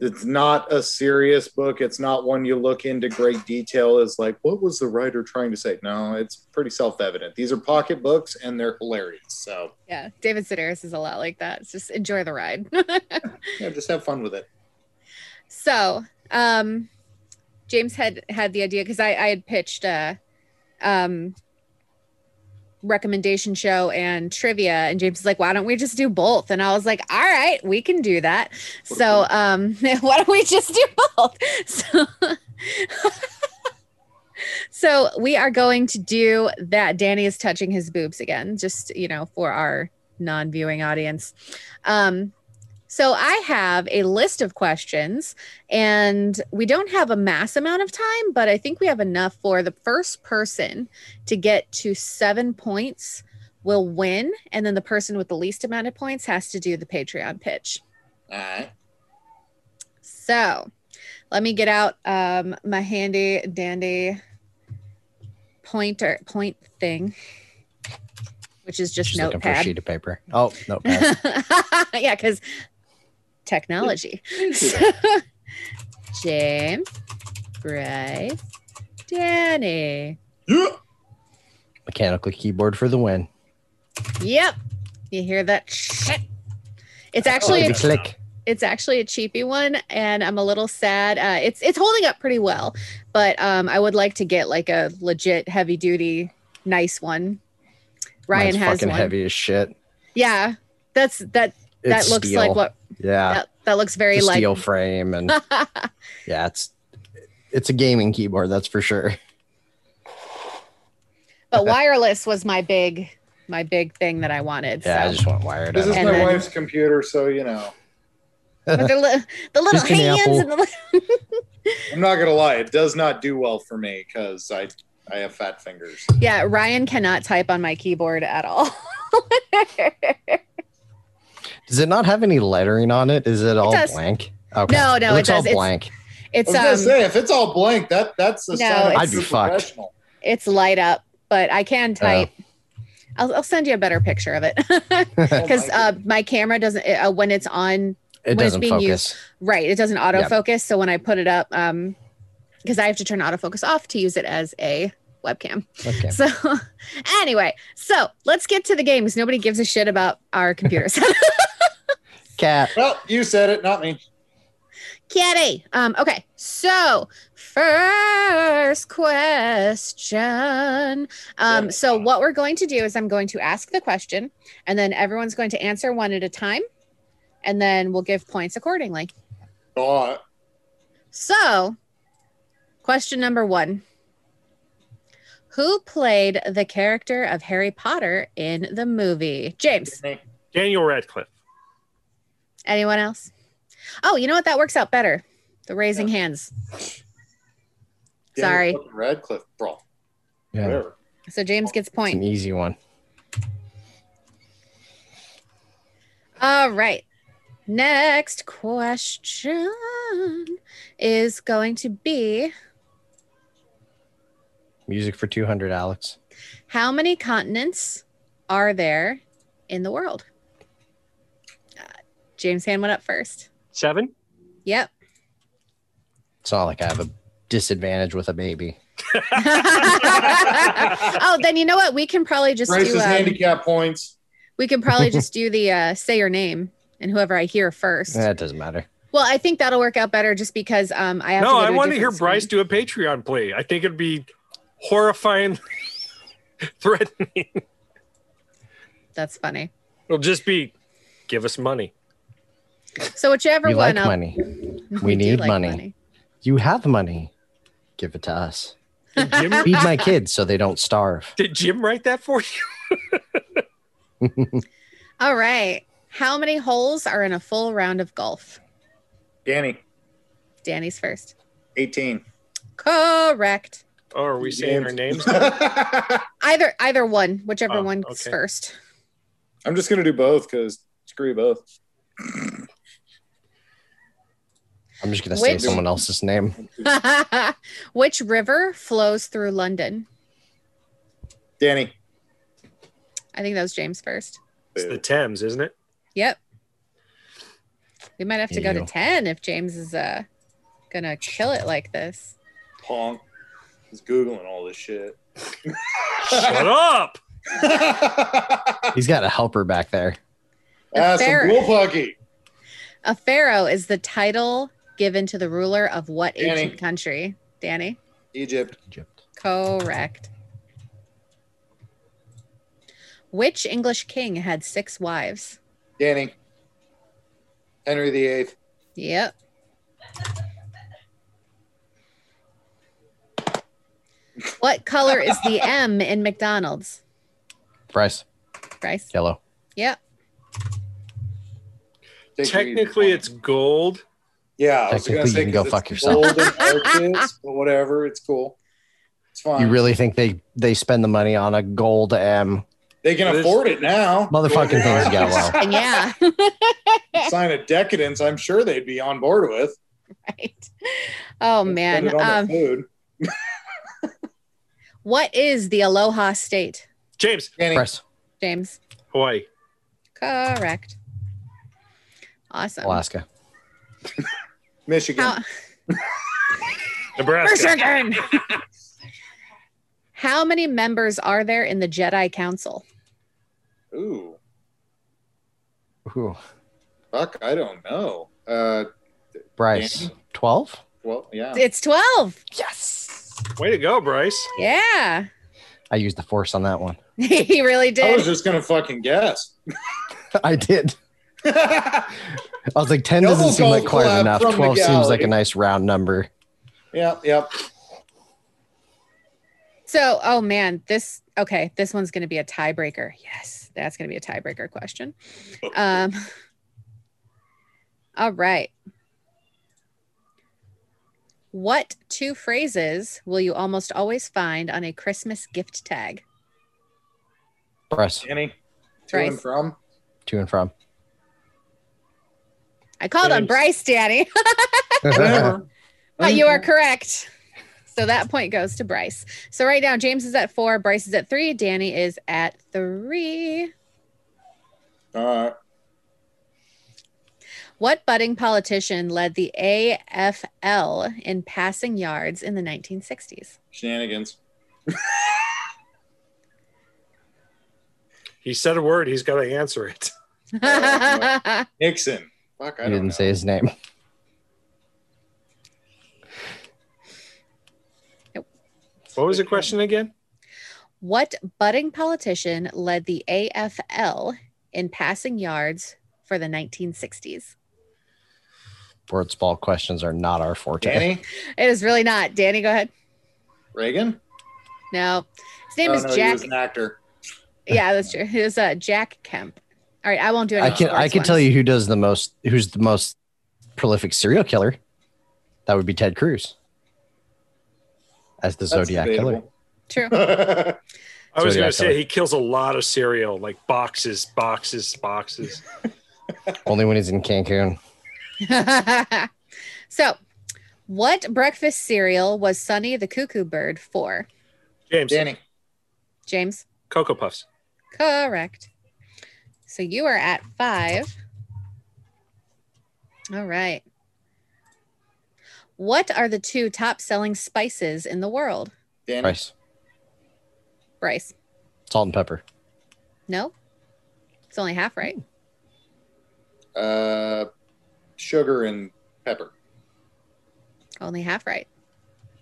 It's not a serious book. It's not one you look into great detail. Is like, what was the writer trying to say? No, it's pretty self-evident. These are pocket books, and they're hilarious. So Yeah. David Sedaris is a lot like that. It's just enjoy the ride. yeah, just have fun with it. So, um, James had had the idea because I, I had pitched a um, recommendation show and trivia, and James is like, "Why don't we just do both?" And I was like, "All right, we can do that." so, um, why don't we just do both? So, so we are going to do that. Danny is touching his boobs again, just you know, for our non-viewing audience. Um, so I have a list of questions, and we don't have a mass amount of time, but I think we have enough for the first person to get to seven points will win, and then the person with the least amount of points has to do the Patreon pitch. All right. So let me get out um, my handy dandy pointer point thing, which is just She's looking for a notepad. sheet of paper. Oh, notepad. yeah, because technology. James, Bryce, Danny. Mechanical keyboard for the win. Yep. You hear that shit? It's actually Clickety a, click. it's actually a cheapy one, and I'm a little sad. Uh, it's it's holding up pretty well, but um, I would like to get like a legit heavy duty, nice one. Ryan Mine's has fucking one. heavy as shit. Yeah, that's that. That It's looks steel. like what. Yeah. That, that looks very the like steel frame and yeah, it's it's a gaming keyboard, that's for sure. but wireless was my big my big thing that I wanted. Yeah, so. I just want wired. This is And my then- wife's computer, so you know. But the, li- the little Just give me hands Apple. and the little, I'm not gonna lie, it does not do well for me because I I have fat fingers. yeah, Ryan cannot type on my keyboard at all. Does it not have any lettering on it? Is it all does. blank? Okay. No, no, it looks it does. all It's- blank. It's I was gonna um, say if it's all blank, that that's a No, sign of I'd be a fucked. professional. it's light up, but I Oh. can type. I'll, I'll send you a better picture of it Oh, because uh, my camera doesn't uh, when it's on It when it's doesn't being focus. used. right. It doesn't autofocus, so when I put it up, um, because I have to turn autofocus off to use it as a webcam. Okay. So anyway, so let's get to the game because nobody gives a shit about our computers. Cat. Well, you said it, not me. Kitty. Um, okay, so first question. Um, so what we're going to do is I'm going to ask the question, and then everyone's going to answer one at a time, and then we'll give points accordingly. Oh, So, question number one: Who played the character of Harry Potter in the movie? James. Daniel Radcliffe. Anyone else? Oh, you know what? That works out better. The raising hands. Daniel Sorry. fucking Radcliffe, bro. Yeah. Whatever. So James gets a It's an point. easy one. All right. Next question is going to be Music for 200, Alex. how many continents are there in the world? Uh, James hand went up first. Seven? Yep. It's not like I have a disadvantage with a baby. oh, then you know what? We can probably just Bryce's do um, handicap points. we can probably just do the uh, say your name and whoever I hear first. That doesn't matter. Well, I think that'll work out better just because um I have to No, go I to a want to hear different Bryce screen. do a Patreon play. I think it'd be horrifying, threatening. That's funny. It'll just be give us money. So whichever We one like I'll- money. We, need do like money. You have money. Give it to us. Feed my kids so they don't starve. Did Jim write that for you? All right. How many holes are in a full round of golf? Danny, Danny's first. 18. Correct. Oh, are we saying our names? Either either one, whichever Oh, one's okay. first. I'm just going to do both because screw you both. I'm just gonna Which- say someone else's name. Which river flows through London? Danny. I think that was James first. It's the Thames, isn't it? Yep. We might have to go to Ew. 10 if James is uh gonna kill it like this. Pong. He's Googling all this shit. Shut up. He's got a helper back there. Ah, some Fair. bucky. A pharaoh is the title given to the ruler of what Danny. ancient country? Danny? Egypt. Correct. Which English king had six wives? Danny. Henry VIII. Yep. What color is the M in McDonald's? Bryce. Bryce. Yellow. Yep. Technically, it's gold. Yeah, I was gonna Technically, say you can go 'cause fuck it's yourself. Golden arches, but whatever. It's cool. It's fine. You really think they they spend the money on a gold M? they can afford it now. Motherfucking things got low. yeah. Sign of decadence. I'm sure they'd be on board with. Oh Put man. it on their Um, food. what is the Aloha state? James. Press. James. Hawaii. Correct. Awesome. Alaska. Michigan. How- Nebraska. Michigan. How many members are there in the Jedi Council? Ooh, Ooh. fuck. I don't know. Uh, Bryce. Twelve? well, yeah. It's 12. Yes. Way to go, Bryce. Yeah. I used the force on that one. he really I was did. just gonna fucking guess. I did. I was like, ten Double doesn't seem like gold quite collab enough. from the Twelve seems like gallery. a nice round number. Yep, yep. So, oh man, this okay, this one's going to be a tiebreaker. Yes, that's going to be a tiebreaker question. Um All right. What two phrases will you almost always find on a Christmas gift tag? Press Danny. To Bryce. and from. to and from. I called on James. Bryce, Danny. Whatever. but you are correct. So that point goes to Bryce. So right now, James is at four, Bryce is at three, Danny is at three. All right. What budding politician led the AFL in passing yards in the 1960s? Shenanigans. He said a word. He's got to answer it. Nixon. Fuck. I don't You didn't know. say his name. What was the question again? what budding politician led the AFL in passing yards for the 1960s? Sports ball questions are not our forte. Danny. It is really not. Danny, go ahead. Reagan. No, his name Oh, is no, He Jack. was an actor. yeah, that's true. It was uh, Jack Kemp. All right, I won't do it. I can I can tell you who does the most who's the most prolific serial killer. That would be Ted Cruz. As the That's Zodiac killer. debatable. True. I was going Zodiac to say killer. he kills a lot of cereal, like boxes, boxes, boxes. Only when he's in Cancun. so, what breakfast cereal was Sonny the Cuckoo Bird for? James. Danny. James? Cocoa Puffs. Correct. So you are at five. All right. What are the two top selling spices in the world? Danny. Price. Bryce. Salt and pepper. No? It's only half right. Uh, sugar and pepper. Only half right.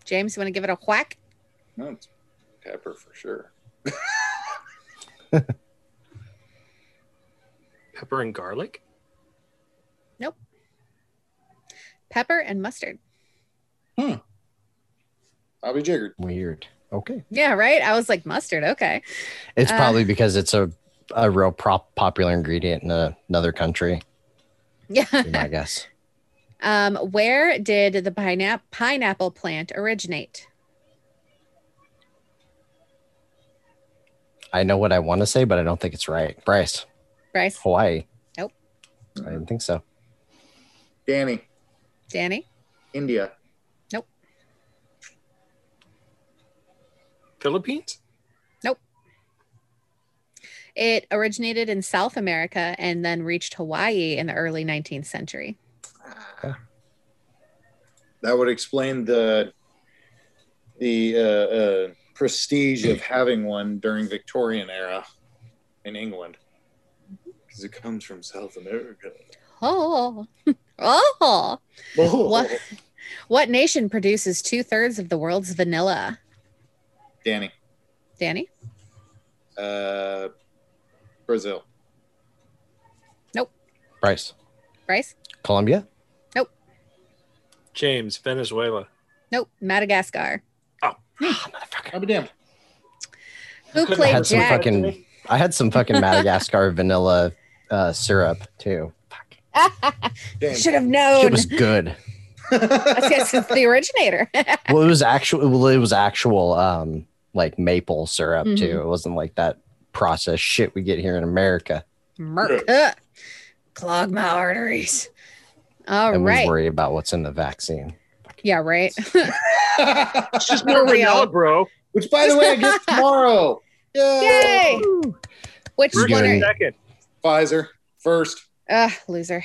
James, you want to give it a whack? No, it's pepper for sure. Pepper and garlic. Pepper and mustard. I'll be jiggered. Weird. Okay. Yeah, right. I was like mustard. Okay. It's Uh, probably because it's a, a real prop popular ingredient in a, another country, I yeah. guess. um, where did the pineapple pineapple plant originate? I know what I want to say, but I don't think it's right. Bryce, Bryce, Hawaii. Nope. I didn't think so. Danny, Danny, India. Philippines? it originated in South America and then reached Hawaii in the early 19th century. That would explain the the uh, uh, prestige of having one during Victorian era in England, because it comes from South America. Oh, oh. Oh, What, what nation produces two thirds of the world's vanilla? Danny, Danny, uh, Brazil, Bryce, Bryce, Colombia. James, Venezuela. nope, Madagascar. I'll be damned. Who Couldn't I played had some Jack? fucking, I had some fucking Madagascar vanilla uh, syrup too. Damn. Should have It known. was good. That's yes, it's the originator. well, it was actual. Well, it was actual um like maple syrup too. Mhm. It wasn't like that processed shit we get here in America. Merc. Ugh. Clog my arteries. All and right. we worry about what's in the vaccine. Yeah, right. It's just more real. bro. Which, by the way, I get tomorrow. Yay. Which We're one doing- are Second. Pfizer first, Ugh, loser?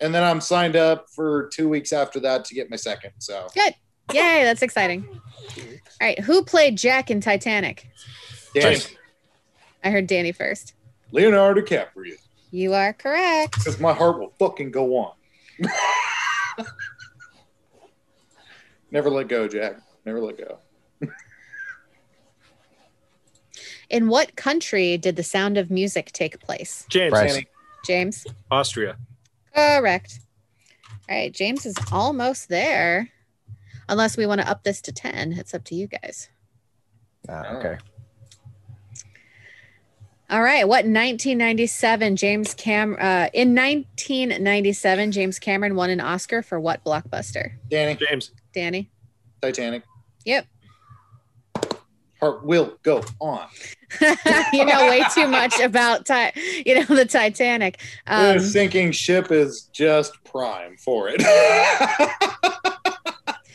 and then I'm signed up for two weeks after that to get my second. So Good. Yay, that's exciting. All right. Who played Jack in Titanic? Danny, James. I heard Danny first. Leonardo DiCaprio, You are correct. because my heart will fucking go on. Never let go, Jack. Never let go. In what country did the sound of music take place? James, Bryce. Annie, James? Austria. Correct. All right. James is almost there. Unless we want to up this to 10, it's up to you guys. Oh. Ah, okay. All right. What 1997 James Cam uh, in 1997 James Cameron won an Oscar for what blockbuster? Danny, James. Danny. Titanic. Yep. Heart will go on. you know way too much about ti- you know the Titanic. Um, the sinking ship is just prime for it.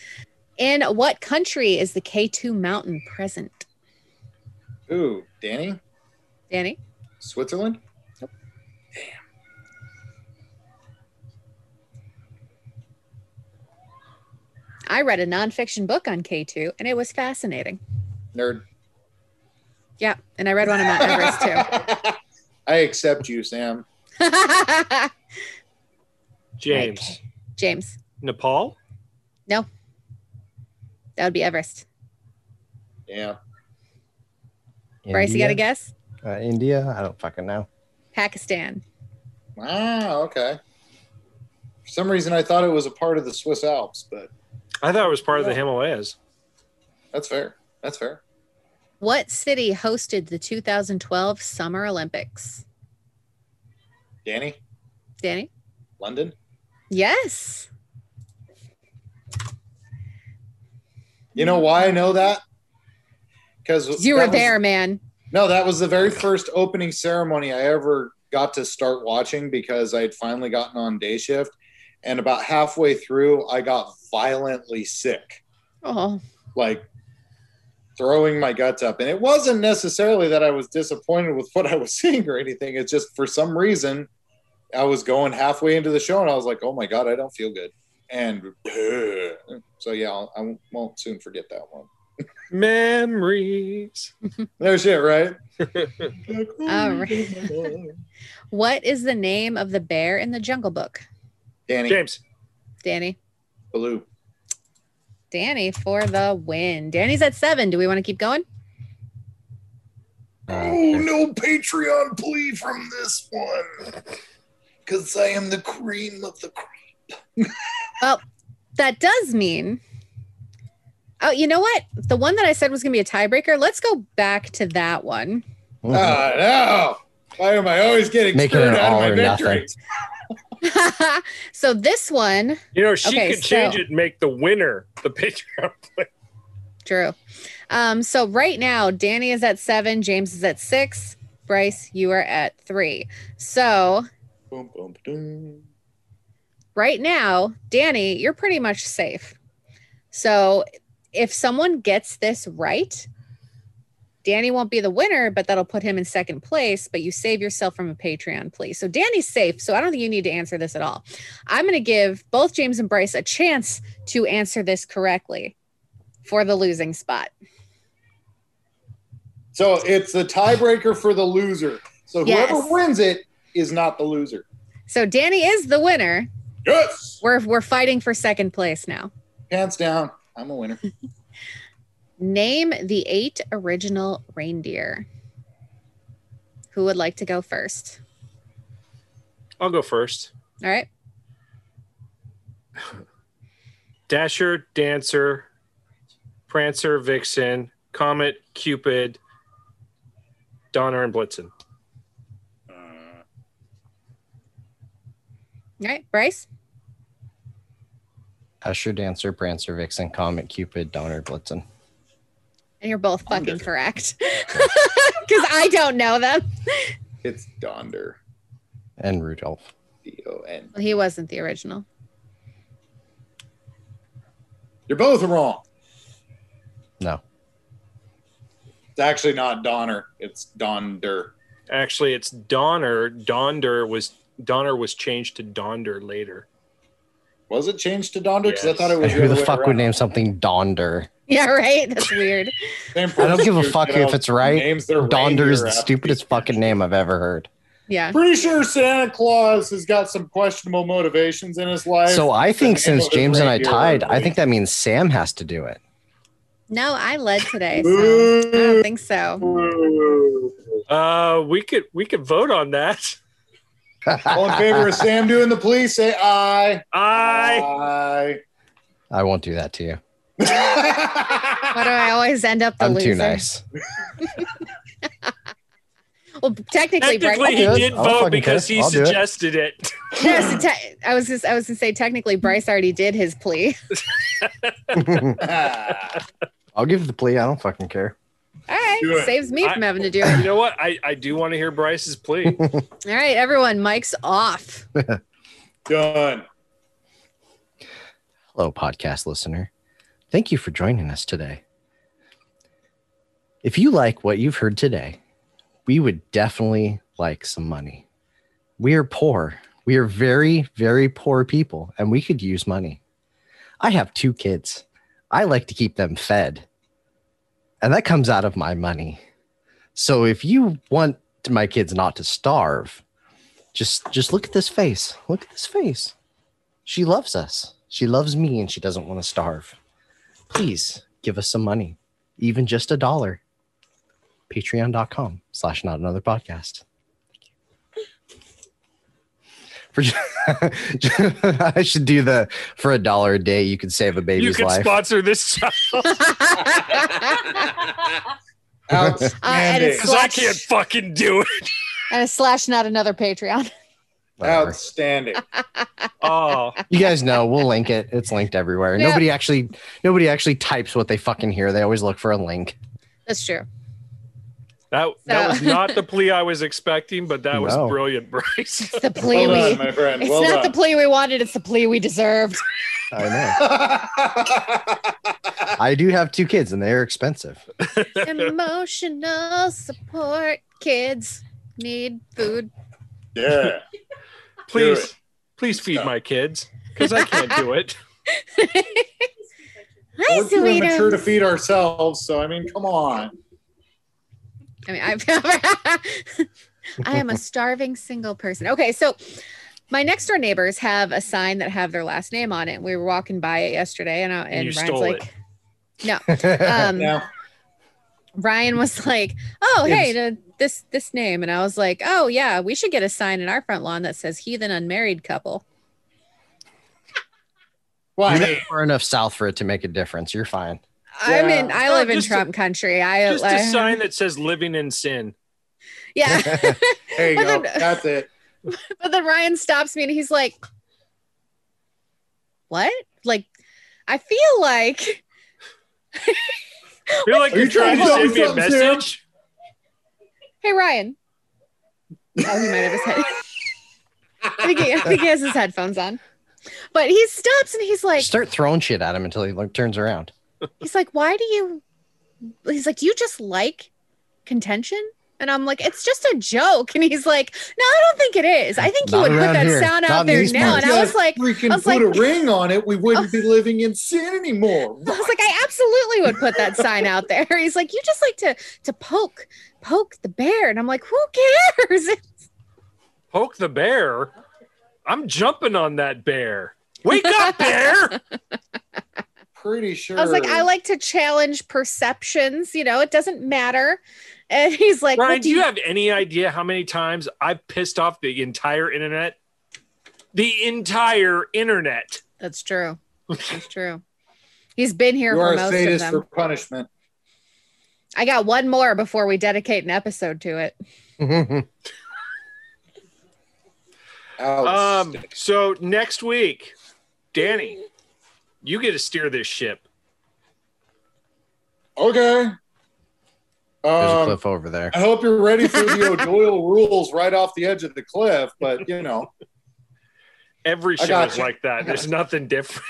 in what country is the K2 mountain present? Ooh, Danny, Danny. Switzerland. I read a nonfiction book on K2 and it was fascinating. Nerd. Yeah, and I read one on Mount Everest I accept you, Sam. too. James. James, Nepal? that would be Everest. Yeah. Bryce, you got India? a guess? Uh, India? I don't fucking know. Pakistan. Wow. Ah, Okay. For some reason, I thought it was a part of the Swiss Alps, but I thought it was part of the Himalayas. that's fair. That's fair. What city hosted the 2012 Summer Olympics? Danny, Danny? London. Yes. You know why I know that? Because You were there, man. No, that was the very first opening ceremony I ever got to start watching because I had finally gotten on day shift. And about halfway through, I got violently sick, Oh, like throwing my guts up. And it wasn't necessarily that I was disappointed with what I was seeing or anything. It's just for some reason, I was going halfway into the show and I was like, oh my God, I don't feel good. And so, yeah, I'll, I won't soon forget that one. Memories. No shit, right? All Oh, right. what is the name of the bear in the Jungle Book? Danny, James. Danny. Baloo. Danny for the win. Danny's at seven. Do we want to keep going? Oh, Mm-hmm. no Patreon plea from this one. Because I am the cream of the cream. That does mean Oh, you know what? The one that I said was going to be a tiebreaker. Let's go back to that one. Uh, Ah, no. Why am I always getting Mm-hmm. Make it screwed an out of all my or victory? so this one, You know, she Okay, could change so- it and make the winner the Patreon player. Drew. Um, so right now, Danny is at seven, James is at six, Bryce, you are at three. So Boom, boom, boom. right now, Danny, you're pretty much safe. So if someone gets this right, Danny won't be the winner, but that'll put him in second place. But you save yourself from a Patreon, please. So Danny's safe. So I don't think you need to answer this at all. I'm going to give both James and Bryce a chance to answer this correctly for the losing spot. So it's the tiebreaker for the loser. So whoever Yes. wins it is not the loser. So Danny is the winner. Yes. We're, we're fighting for second place now. Pants down. I'm a winner. Name the eight original reindeer. Who would like to go first? I'll go first. All right. Dasher, Dancer, Prancer, Vixen, Comet, Cupid, Donner, and Blitzen. All right. Bryce, Usher, Dancer, Prancer, Vixen, Comet, Cupid, Donner, Blitzen. and you're both fucking correct because I don't know them. It's Donder. And Rudolph. D O N. Well, he wasn't the original. You're both wrong. No. It's actually not Donner. It's Donder. Actually, it's Donner. Donder was Donner was changed to Donder later. Was it changed to Donder? Because I thought it And was who the the other way fuck would around. name something Donder? Yeah, right. That's weird. Same I don't give a person fuck who, you if know, it's right. Names their Donder is reindeer the after- stupidest fucking name I've ever heard. Yeah. Pretty sure Santa Claus has got some questionable motivations in his life. So I think The name since of his James and I reindeer tied, are I think that means Sam has to do it. No, I led today. So I don't think so. Uh, we could we could vote on that. All in favor of Sam doing the police, say aye. I Aye. I won't do that to you. Why do I always end up the I'm loser? too nice. Well, technically technically, Bryce. he I'll do it. did I'll vote fucking because do it. he I'll do it. suggested it. No, so te- I was just, I was gonna say technically Bryce already did his plea. I'll give the plea. I don't fucking care. All right, Do it. saves me I- from having to do You it. know what? I, I do want to hear Bryce's plea. All right, everyone, Mike's off. Done. Hello, podcast listener. Thank you for joining us today. If you like what you've heard today, we would definitely like some money. We are poor. We are very, very poor people, and we could use money. I have two kids. I like to keep them fed, and that comes out of my money. So if you want my kids not to starve, just just look at this face. Look at this face she loves us. She loves me and she doesn't want to starve. Please give us some money, even just a dollar. Patreon.com slash not another podcast. For, I should do the for a dollar a day, you could save a you baby's could life. sponsor this Uh, and Outstanding. it's- because I can't fucking do it. And a slash, not another Patreon. Whatever. Outstanding. Oh, You guys know we'll link it. It's linked everywhere. Yeah. Nobody actually nobody actually types what they fucking hear. They always look for a link. That's true. that that was So- not the plea I was expecting, but that was No. brilliant, Bryce. It's the plea Well done, we. my friend. It's Well not the done. plea we wanted. It's the plea we deserved. I know. I do have two kids and they're expensive. Emotional support. Kids need food. yeah. Do Please, it. please feed Stop. my kids because I can't do it. Hi, We're too immature to sweetums. feed ourselves, so I mean, come on. I mean, I've I am a starving single person. Okay, so my next door neighbors have a sign that have their last name on it. We were walking by it yesterday, and I, and you Ryan's stole like, um, Now, Ryan was like, "Oh, It hey, the- this this name," and I was like, "Oh yeah, we should get a sign in our front lawn that says heathen unmarried couple." well, I You're mean, not far enough south for it to make a difference. You're fine. I'm in. I No, live in Oh, just a- Trump country. I Just a I- sign that says "Living in Sin." Yeah. There you But go. then- That's it. But then Ryan stops me and he's like, What? Like, I feel like You're like Are you're you trying to trying send to me a tell me something, Sam? message. Hey Ryan. Oh, he might have his head. I think, he, I think he has his headphones on. But he stops and he's like, Start throwing shit at him until he like, turns around. he's like, why do you? He's like, "Do you just like contention? And I'm like, it's just a joke. And he's like, no, I don't think it is. I think you Not would put around that here. sound Not out in there these now. And parts. I was like, I we can was put like, a ring on it. We wouldn't be living in sin anymore. I was like, I absolutely would put that sign out there. He's like, you just like to to poke poke the bear, and I'm like, who cares? Poke the bear. I'm jumping on that bear. Wake up, bear! Pretty sure. I was like, I like to challenge perceptions. You know, it doesn't matter. And he's like, Ryan, what do you have any idea how many times I've pissed off the entire internet? The entire internet. That's true. That's true. He's been here You are for a most of sadist them. for punishment. I got one more before we dedicate an episode to it. Mm-hmm. Ouch. Um, so next week, Danny, you get to steer this ship. okay. There's a Um, cliff over there. I hope you're ready for the O'Doyle rules right off the edge of the cliff, but you know, Every I show got is you. like that. There's nothing different.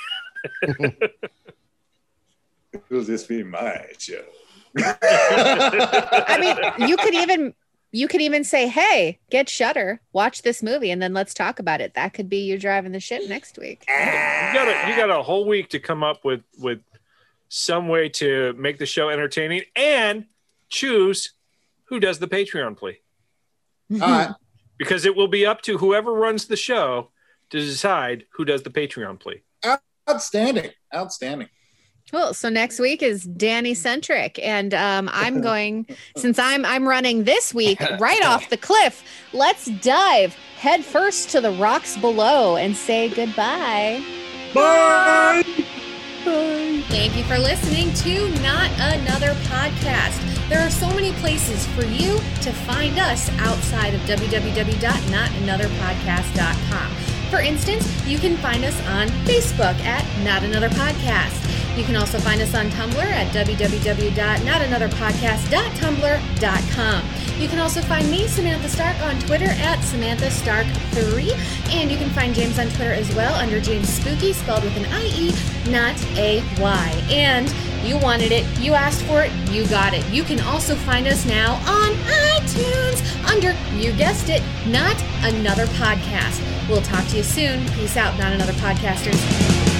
will this be my show? I mean, you could even you could even say, "Hey, get Shutter, watch this movie, and then let's talk about it." That could be you driving the ship next week. You got a, you got a whole week to come up with with some way to make the show entertaining and choose who does the Patreon plea All right. because it will be up to whoever runs the show to decide who does the Patreon plea. Outstanding. Outstanding. Cool. So next week is Danny centric, and um, I'm going since I'm I'm running this week right off the cliff. Let's dive head first to the rocks below and say goodbye. Bye. Thank you for listening to Not Another Podcast. There are so many places for you to find us outside of www.notanotherpodcast.com. For instance, you can find us on Facebook at Not Another Podcast. You can also find us on Tumblr at www.notanotherpodcast.tumblr.com. You can also find me, Samantha Stark, on Twitter at Samantha Stark3. And you can find James on Twitter as well under James Spooky, spelled with an I-E, not a Y. And you wanted it, you asked for it, you got it. You can also find us now on iTunes under, you guessed it, Not Another Podcast. We'll talk to you soon. Peace out, Not Another Podcasters.